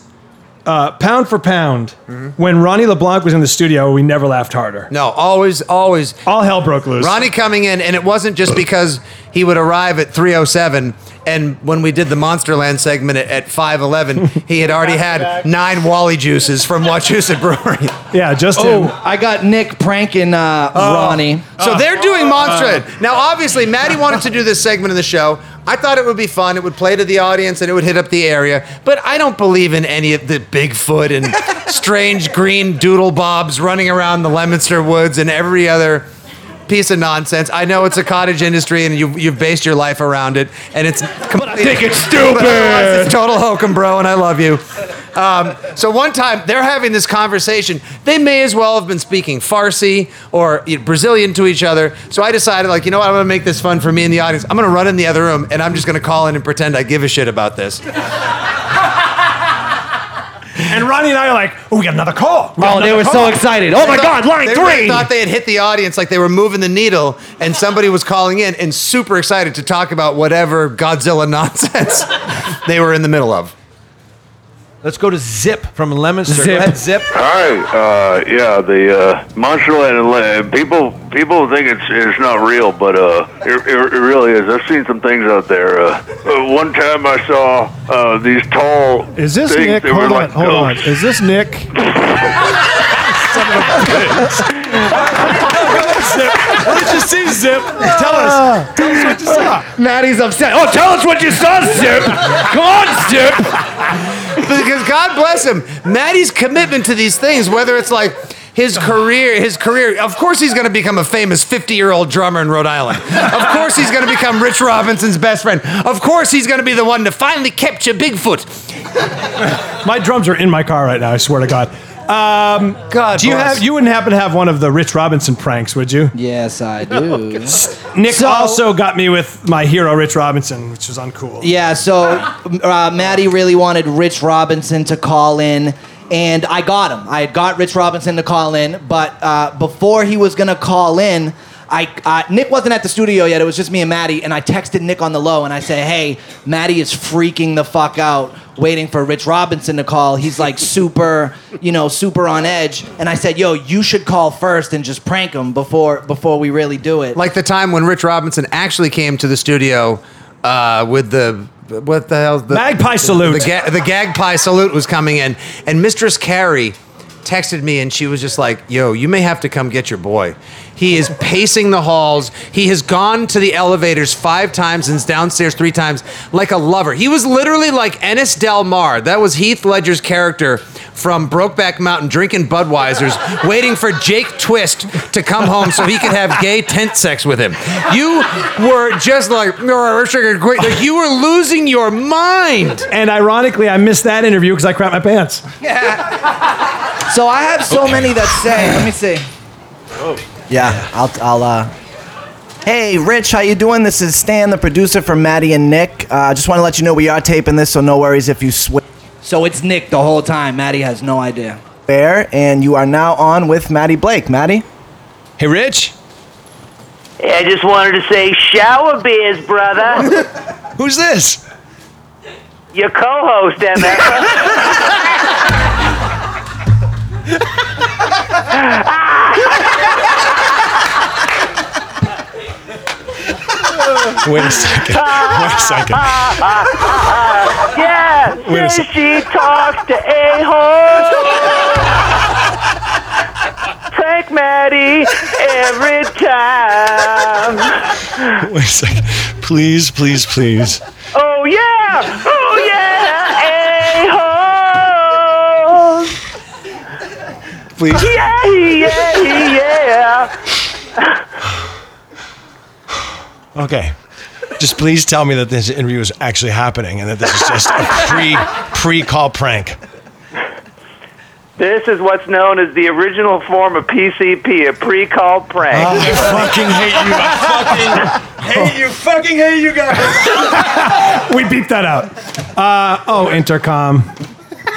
Uh, pound for pound, when Ronnie LeBlanc was in the studio, we never laughed harder.
No, always, always.
All hell broke loose.
Ronnie coming in, and it wasn't just because he would arrive at 307. And when we did the Monsterland segment at, at 511, he had already had nine Wally juices from Wachusett Brewery.
yeah, just
Oh,
him.
I got Nick pranking uh,
Oh.
Ronnie.
Oh.
So they're doing Monster. now, obviously, Maddie wanted to do this segment of the show. I thought it would be fun. It would play to the audience and it would hit up the area. But I don't believe in any of the Bigfoot and strange green doodle bobs running around the Leominster woods and every other piece of nonsense. I know it's a cottage industry and you've, you've based your life around it. And it's completely.
think it's stupid.
But otherwise, it's total hokum, bro, and I love you. Um, so one time they're having this conversation. They may as well have been speaking Farsi or you know, Brazilian to each other. So I decided, like, you know what? I'm gonna make this fun for me and the audience. I'm gonna run in the other room and I'm just gonna call in and pretend I give a shit about this.
Oh
And Ronnie and I are like, oh, we got another call. We got
Oh, they
another
were so
call."
excited. Oh my God, line
they
three.
They thought they had hit the audience, like they were moving the needle, and somebody was calling in and super excited to talk about whatever Godzilla nonsense they were in the middle of.
Let's go to Zip from Lemonster. Go
Zip.
ahead, Zip.
Hi, uh, yeah, the uh, Monsterland. uh, People, people think it's it's not real, but uh, it, it, it really is. I've seen some things out there. Uh, uh, one time I saw uh, these tall.
Is this
things
Nick?
that were
Hold on,
like
hold
Oh.
on.
ghosts.
Is this Nick?
What did you see, Zip? Tell us.
Maddie's upset. Oh, tell us what you saw, Zip. Come on, Zip.
because God bless him, Maddie's commitment to these things, whether it's like his career, his career. Of course, he's going to become a famous 50 year old drummer in Rhode Island. Of course, he's going to become Rich Robinson's best friend. Of course, he's going to be the one to finally capture Bigfoot.
My drums are in my car right now. I swear to God. Um,
God
do you
bless.
have? You wouldn't happen to have one of the Rich Robinson pranks, would you?
Yes, I do.
Nick
So-
also got me with my hero, Rich Robinson, which was uncool.
Yeah, so uh, Maddie really wanted Rich Robinson to call in, and I got him. I had got Rich Robinson to call in, but uh, before he was gonna call in, I uh, Nick wasn't at the studio yet. It was just me and Maddie, and I texted Nick on the low, and I said, "Hey, Maddie is freaking the fuck out." Waiting for Rich Robinson to call. He's like super, you know, super on edge. And I said, "Yo, you should call first and just prank him before before we really do it."
Like the time when Rich Robinson actually came to the studio uh, with the. What the hell? The,
Magpie salute.
The, ga- the gagpie salute was coming in, and Mistress Carrie texted me, and she was just like, "Yo, you may have to come get your boy. He is pacing the halls. He has gone to the elevators five times and is downstairs three times, like a lover. He was literally like Ennis Del Mar. That was Heath Ledger's character." From Brokeback Mountain, drinking Budweisers, waiting for Jake Twist to come home so he could have gay tent sex with him. You were just like, "No, Richard, you're great." Like, you were losing your mind.
And ironically, I missed that interview because I crapped my pants.
So I have so many that say. Let me see. Yeah, I'll, I'll. Uh... Hey, Rich, how you doing? This is Stan, the producer for Maddie and Nick. Uh, just want to let you know we are taping this, so no worries if you switch. So it's Nick the whole time. Maddie has no idea. Fair, and you are now on with Maddie Blake. Maddie.
Hey, Rich.
I just wanted to say shower beers, brother.
Who's this?
Your co-host, Emma.
Wait a second. Wait a second.
yeah,
Wait a
then
sec-
she talks to a-hole. Prank Maddie every time.
Wait a second. Please, please, please.
Oh yeah! Oh yeah! A-hole.
please?
Yeah, yeah, yeah.
Okay. Just please tell me that this interview is actually happening and that this is just a pre pre call prank.
This is what's known as the original form of PCP, a pre-call prank.
Ah.
Oh, I fucking hate you.
I fucking hate you. Fucking hate you guys.
We beeped that out. Uh, oh, intercom.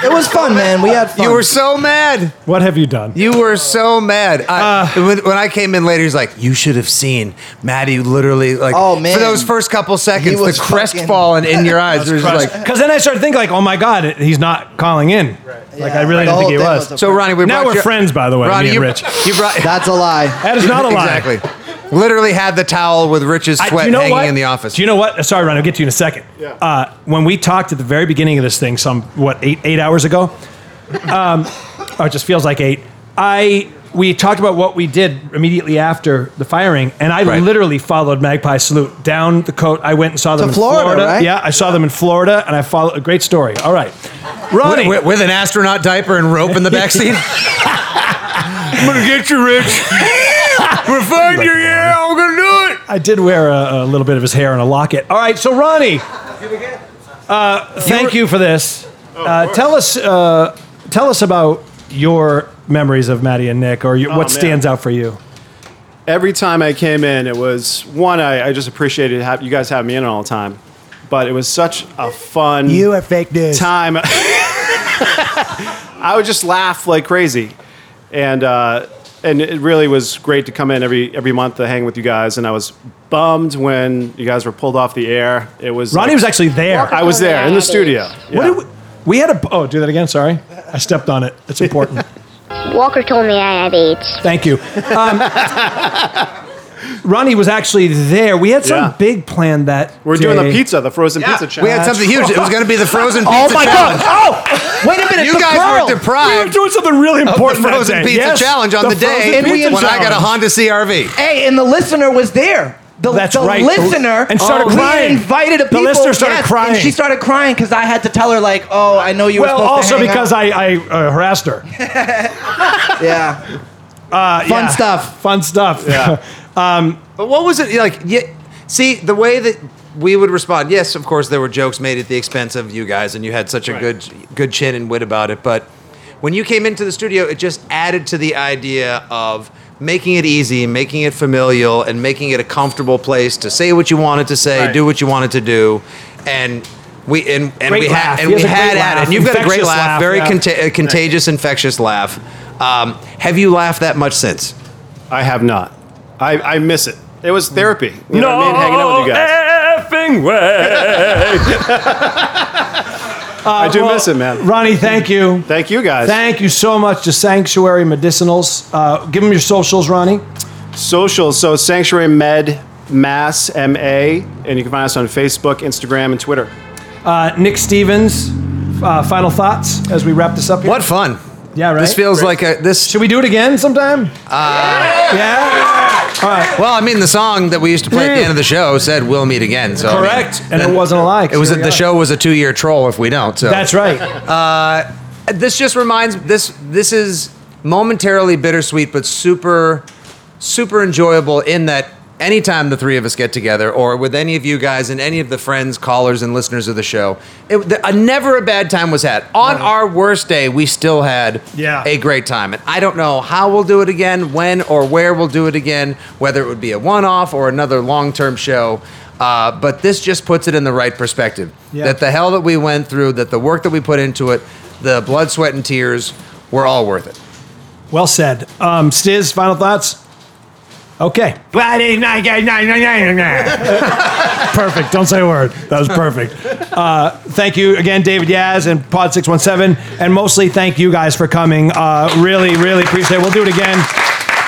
It was fun, man. We had fun.
You were so mad.
What have you done?
You were so mad. I,
Uh.
when, when I came in later, he's like, "You should have seen Maddie." Literally, like,
Oh, man.
for those first couple seconds, the
was
crestfallen in your eyes. There's like,
Because then I started thinking, like, oh my God, it- he's not calling in. Like, I really
The
didn't think
whole
he
thing
was.
was a-
so Ronnie, we
now
brought
we're
you-
friends, by the way,
Ronnie,
me and
you,
Rich.
you brought
That's a lie.
That is not a lie.
Exactly. Literally had the towel with Rich's
I-
sweat
do you know
hanging
what?
in the office.
Do you know what? Uh, Sorry, Ron. I'll get to you in a second. Uh, when we talked at the very beginning of this thing, some what eight eight hours ago, um, or it just feels like eight. I we talked about what we did immediately after the firing, and I
Right.
literally followed Magpie Salute down the coast. I went and saw them in
Florida, right?
Yeah, I saw them in Florida, and I followed. Great story. All right, Ronnie.
with, with an astronaut diaper and rope in the backseat. I'm gonna get you, Rich. We're fighting you, yeah. I'm gonna do it.
I did wear a, a little bit of his hair and a locket. All right, so Ronnie, uh, thank you for this.
Oh,
Uh, tell us, uh, tell us about your memories of Maddie and Nick, or your,
Oh,
what
man.
stands out for you.
every time I came in, it was one I, I just appreciated ha- you guys having me in all the time, but it was such a fun
are fake news.
time. I would just laugh like crazy, and uh, and it really was great to come in every every month to hang with you guys. And I was bummed when you guys were pulled off the air. It was
Ronnie was actually there.
I was there in the studio.
What
Yeah.
did we, we had a. Oh, do that again. Sorry, I stepped on it. It's important.
Walker told me I had AIDS.
Thank you. Um, Ronnie was actually there. We had some
Yeah.
big plan that
we're doing the
day.
pizza, the frozen pizza challenge.
We had something huge. It was gonna be the frozen pizza
Oh my
challenge.
god! Oh, wait a minute.
You
the
guys
girl.
were
We were
deprived
doing something really
of the
important. that
frozen
day.
pizza
Yes,
challenge on the, day
frozen pizza
when I got a
challenge.
Honda CRV.
Hey, and the listener was there. The,
That's
the
right.
listener
And started
we
crying.
Invited a
The
people.
listener started
yes,
crying.
And she started crying because I had to tell her like, "Oh, I know you
Well,
were supposed
also
to hang
because
out.
I, I uh, harassed her.
yeah,
Uh,
Fun stuff.
Fun stuff. Yeah.
But what was it like? Yeah, see the way that we would respond. Yes, of course there were jokes made at the expense of you guys, and you had such a good good chin and wit about it. But when you came into the studio, it just added to the idea of making it easy, making it familial, and making it a comfortable place to say what you wanted to say,
Right.
do what you wanted to do, and. We and, and
Great
we
laugh.
had and
He
we
has a
had
great
at it.
laugh.
And you've got a great
Infectious
laugh,
laugh,
very
yeah.
conta- uh, contagious, infectious laugh. Um, have you laughed that much since?
I have not. I, I miss it. It was therapy. You know what I mean? Hanging out with you guys.
effing way.
I do miss it, man.
Ronnie, thank you.
Thank you guys.
Uh, Thank you so much to Sanctuary Medicinals. Uh, give them your socials, Ronnie.
Social. So Sanctuary Med Mass M A, and you can find us on Facebook, Instagram, and Twitter.
Uh, Nick Stevens, uh, final thoughts as we wrap this up. Here?
What fun!
Yeah, right.
This feels like a this.
Should we do it again sometime? Uh, yeah. All right.
Well, I mean, the song that we used to play at the end of the show said "We'll meet again." So I mean,
Hmm. Correct. And
then-
it wasn't a lie. 'cause
It was
here we
the
are.
show was a two-year troll if we don't. So
That's right.
This just reminds this. This is momentarily bittersweet, but super, super enjoyable in that. Anytime the three of us get together, or with any of you guys and any of the friends, callers, and listeners of the show, it, the, a, never a bad time was had. On our worst day, we still had
Yeah.
a great time. And I don't know how we'll do it again, when or where we'll do it again, whether it would be a one off or another long term show. Uh, but this just puts it in the right perspective
Yeah.
that the hell that we went through, that the work that we put into it, the blood, sweat, and tears were all worth it.
Well said. Um, Stiz, final thoughts? Okay. perfect. Don't say a word. That was perfect. Uh, thank you again, David Yaz and Pod 617. And mostly thank you guys for coming. Uh, really, really appreciate it. We'll do it again.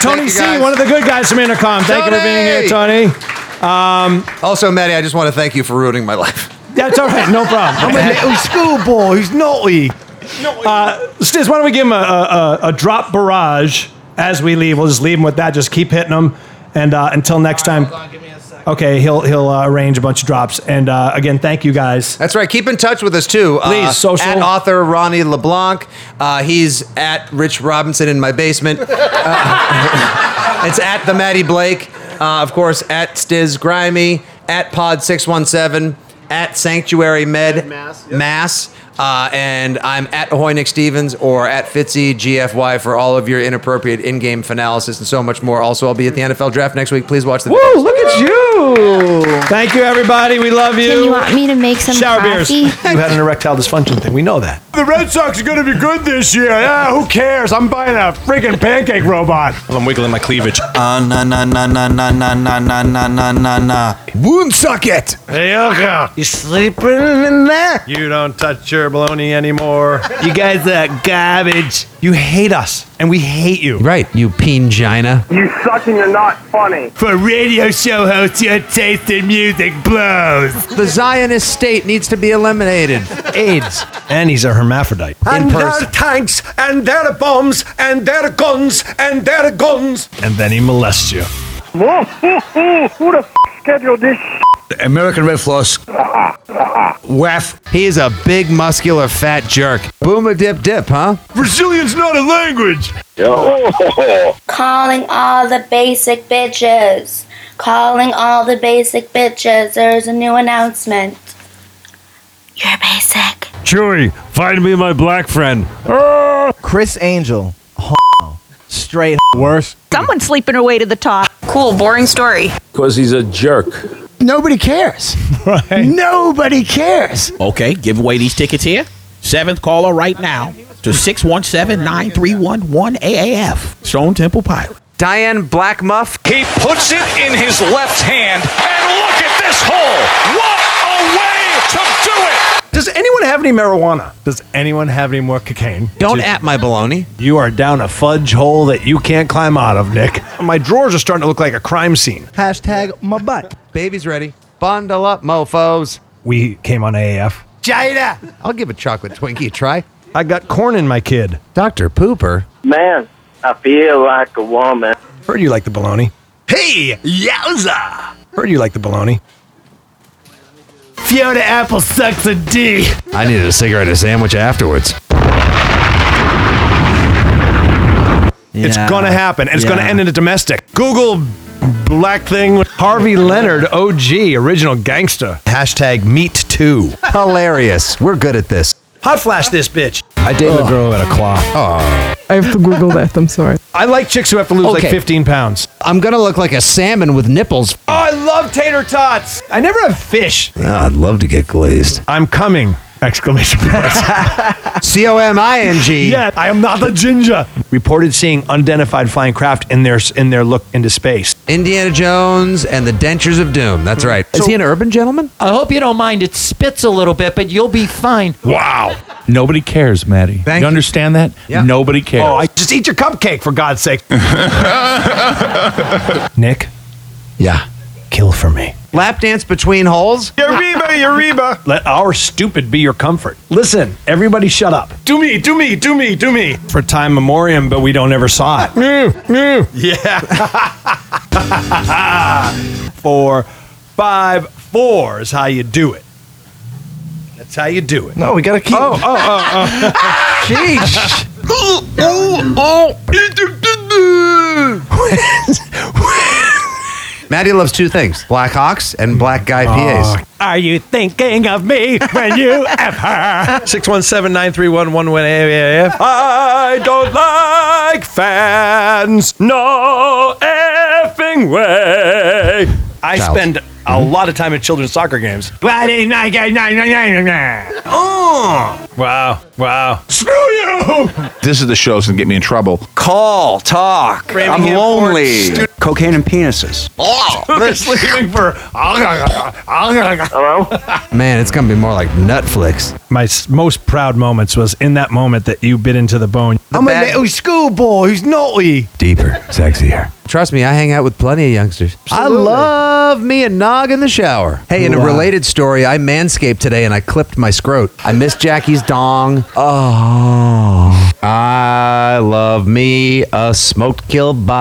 Tony
you,
C,
guys.
one of the good guys from Intercom. Thank you for being here, Tony.
Also, Maddie, I just want to thank you for ruining my life.
That's all right. No problem.
little schoolboy who's naughty.
Uh,
Stiz, why don't we give him a, a, a, a drop barrage as we leave? We'll just leave him with that. Just keep hitting him. And uh, until next time.
Hold on, give me a sec.
Okay, he'll he'll uh, arrange a bunch of drops. And uh, again, thank you guys.
That's right. Keep in touch with us too. Uh,
Please, social.
At author Ronnie LeBlanc. Uh, he's at Rich Robinson in my basement. Uh, it's at the Maddie Blake. Uh, of course, at Stiz Grimy. At Pod Six One Seven. At Sanctuary Med Mass. Uh, and I'm at Ahoy Nick Stevens or at Fitzy GFY for all of your inappropriate in-game analysis and so much more. Also, I'll be at the NFL draft next week. Please watch the.
Woo! Look at you. Thank you, everybody. We love you.
Tim, you want me to make some
Shower beers.
coffee?
You had an erectile dysfunction thing. We know that.
The Red Sox are going to be good this year. Yeah, who cares? I'm buying a freaking pancake robot. Ah,
I'm wiggling my cleavage.
Uh, na na na na na na na na na na na na. Wound suck it.
Hey, Yoko.
You sleeping in there?
You don't touch your baloney anymore.
You guys are garbage.
You hate us, and we hate you.
Right, you pengina.
You suck and you're not funny.
For radio show hosts, your taste in music blows.
The Zionist state needs to be eliminated.
AIDS. And he's a hermaphrodite. In
And their
person.
tanks, and their bombs, and their guns, and their guns.
And then he molests you.
Whoa, who the f- scheduled this?
American Red Floss.
Wef. He is a big, muscular, fat jerk. Boom a dip dip, huh?
Brazilian's not a language.
Calling all the basic bitches. Calling all the basic bitches. There's a new announcement. You're basic.
Chewy, find me my black friend. Ah!
Chris Angel, straight worse.
Someone's sleeping her way to the top. Cool, boring story.
Because he's a jerk.
Nobody cares. Right. Nobody cares.
Okay, give away these tickets here. Seventh caller right now to 617 931 1AAF. Stone Temple Pilot.
Diane Blackmuff.
He puts it in his left hand, and look at this hole. What a way to do it.
Does anyone have any marijuana? Does anyone have any more cocaine?
Don't at my baloney.
You are down a fudge hole that you can't climb out of, Nick. My drawers are starting to look like a crime scene.
Hashtag my butt.
Baby's ready. Bundle up, mofos.
We came on AAF.
Jada! I'll give a chocolate Twinkie a try.
I got corn in my kid.
Dr. Pooper.
Man, I feel like a woman.
Heard you like the baloney.
Hey, yowza.
Heard you like the baloney.
Fiona Apple sucks a D.
I needed a cigarette and a sandwich afterwards.
It's gonna happen. and It's gonna end in a domestic. Google black thing. Harvey Leonard, OG, original gangster. Hashtag meat too.
Hilarious. We're good at this.
Hot flash this bitch.
I dated a girl at a claw.
Oh.
I have to Google that. I'm sorry.
I like chicks who have to lose like
Okay.
15 pounds.
I'm gonna look like a salmon with nipples.
Oh, I love tater tots. I never have fish.
I'd love to get glazed.
I'm coming! Exclamation point.
C O M I N G.
Yeah, I am not a ginger. Reported seeing unidentified flying craft in their in their look into space.
Indiana Jones and the Dentures of Doom. That's right. Is he an urban gentleman?
I hope you don't mind. It spits a little bit, but you'll be fine.
Wow.
Nobody cares, Maddie. you, understand that?
Yeah.
Nobody cares.
Oh, I just eat your cupcake for God's sake. Nick.
Yeah.
Kill for me.
Lap dance between holes?
Yariba, Yariba. Let our stupid be your comfort. Listen, everybody shut up. Do me, do me, do me, do me. For time memoriam, but we don't ever saw it. Yeah. four, five, four is how you do it. That's how you do it.
No, we gotta keep.
Oh, oh, oh, oh.
Sheesh. oh, oh,
Maddie loves two things Black Hawks and Black Guy PAs.
Are you thinking of me when you F her? 617 931 I don't like fans. No effing way. I
Child.
spend a lot of time at children's soccer games.
Friday night, night, night, night, night. Oh.
Wow. Wow.
Screw you.
This is the show that's going to get me in trouble.
Call, talk.
Framingham
I'm lonely.
Court Stu- Cocaine and penises.
Oh,
let's leaving for.
Hello?
Man, it's gonna be more like Netflix.
My s- most proud moments was in that moment that you bit into the bone.
I'm a little
schoolboy who's naughty.
Deeper, sexier. Trust me, I hang out with plenty of youngsters. I love me a nog in the shower. Hey, in a related story, I manscaped today and I clipped my scrot. I missed Jackie's dong. Oh, I love me a smoked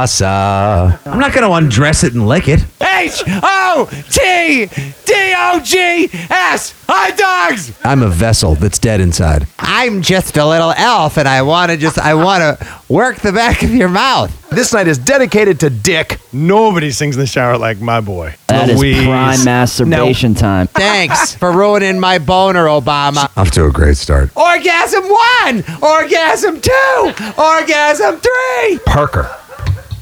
kielbasa. I'm not gonna undress it and lick it.
H O T D O G S. Hot dogs.
I'm a vessel that's dead inside. I'm just a little elf, and I want to just I want to work the back of your mouth.
This night is dedicated to Dick. Nobody sings in the shower like my boy.
That is
Louise.
prime masturbation time.
Thanks for ruining my boner, Obama. Off to a great start.
Oh.
Orgasm one. Orgasm two. Orgasm three.
Parker.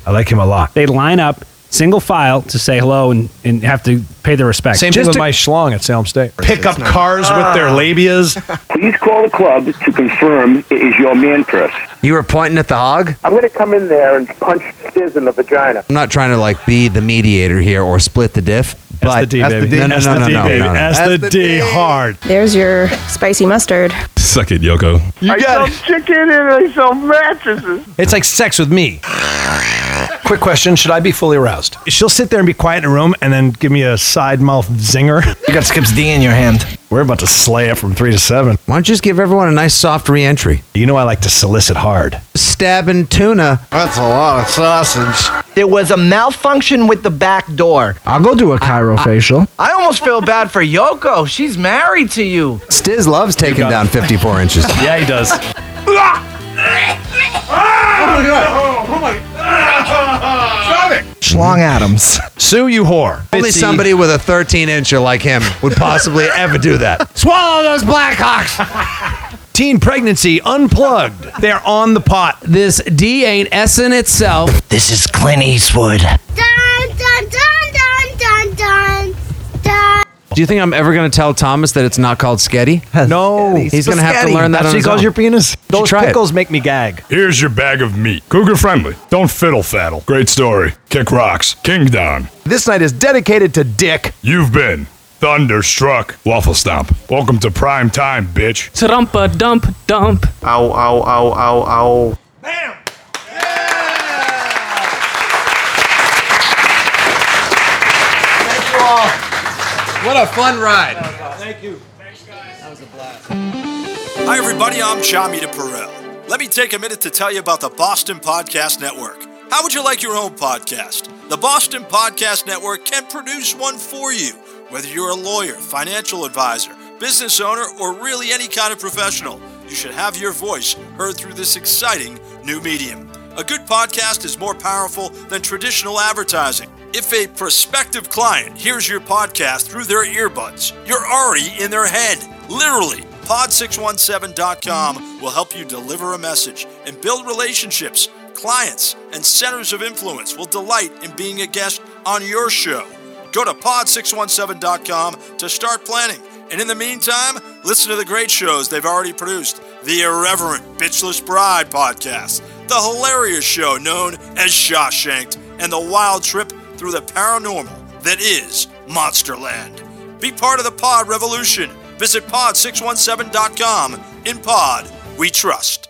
I like him a lot. They line up single file to say hello and, and have to pay their respects.
Same thing with my schlong at Salem State. Pick up cars with their labias.
Please call the club to confirm it is your man press.
You were pointing at the hog.
I'm going to come in there and punch Stiz in the vagina.
I'm not trying to like be the mediator here or split the diff. But
the D, baby.
No, no,
That's
no,
the
no,
D,
no,
baby.
no, no.
That's the D hard.
There's your spicy mustard.
Suck it, Yoko.
You
I
got
sell chicken and I sell mattresses.
It's like sex with me. Quick question: Should I be fully aroused? She'll sit there and be quiet in a room, and then give me a side mouth zinger. You got Skip's D in your hand. We're about to slay it from three to seven.
Why don't you just give everyone a nice soft re-entry?
You know I like to solicit hard.
Stabbing tuna.
That's a lot of sausage. There was a malfunction with the back door. I'll go do a chirofacial. I, almost feel bad for Yoko. She's married to you.
Stiz loves taking down 54 inches.
yeah, he does.
Oh my god. Oh my. Stop it.
Schlong Adams.
Sue you whore.
Only somebody with a 13 incher like him would possibly ever do that.
Swallow those Blackhawks. Teen pregnancy unplugged. They're on the pot.
This D ain't S in itself. This is Clint Eastwood.
Dun, dun, dun, dun, dun, dun, dun.
Do you think I'm ever going to tell Thomas that it's not called Sketty?
No.
He's going to have to learn that
That's
on
what he
his
calls
own.
your penis. Those
try it.
pickles make me gag.
Here's your bag of meat. Cougar friendly. Don't fiddle faddle. Great story. Kick rocks. King down.
This night is dedicated to Dick.
You've been thunderstruck. Waffle stomp. Welcome to prime time, bitch.
Trumpa dump dump.
Ow, ow, ow, ow, ow.
What a fun ride.
Thank you. That was a blast.
Hi, everybody. I'm Jami DePerel. Let me take a minute to tell you about the Boston Podcast Network. How would you like your own podcast? The Boston Podcast Network can produce one for you, whether you're a lawyer, financial advisor, business owner, or really any kind of professional. You should have your voice heard through this exciting new medium. A good podcast is more powerful than traditional advertising. If a prospective client hears your podcast through their earbuds, you're already in their head, literally. Pod617.com will help you deliver a message and build relationships. Clients and centers of influence will delight in being a guest on your show. Go to pod617.com to start planning. And in the meantime, listen to the great shows they've already produced the irreverent Bitchless Bride podcast, the hilarious show known as Shawshanked, and the wild trip through the paranormal that is Monsterland. Be part of the pod revolution. Visit pod617.com. In pod, we trust.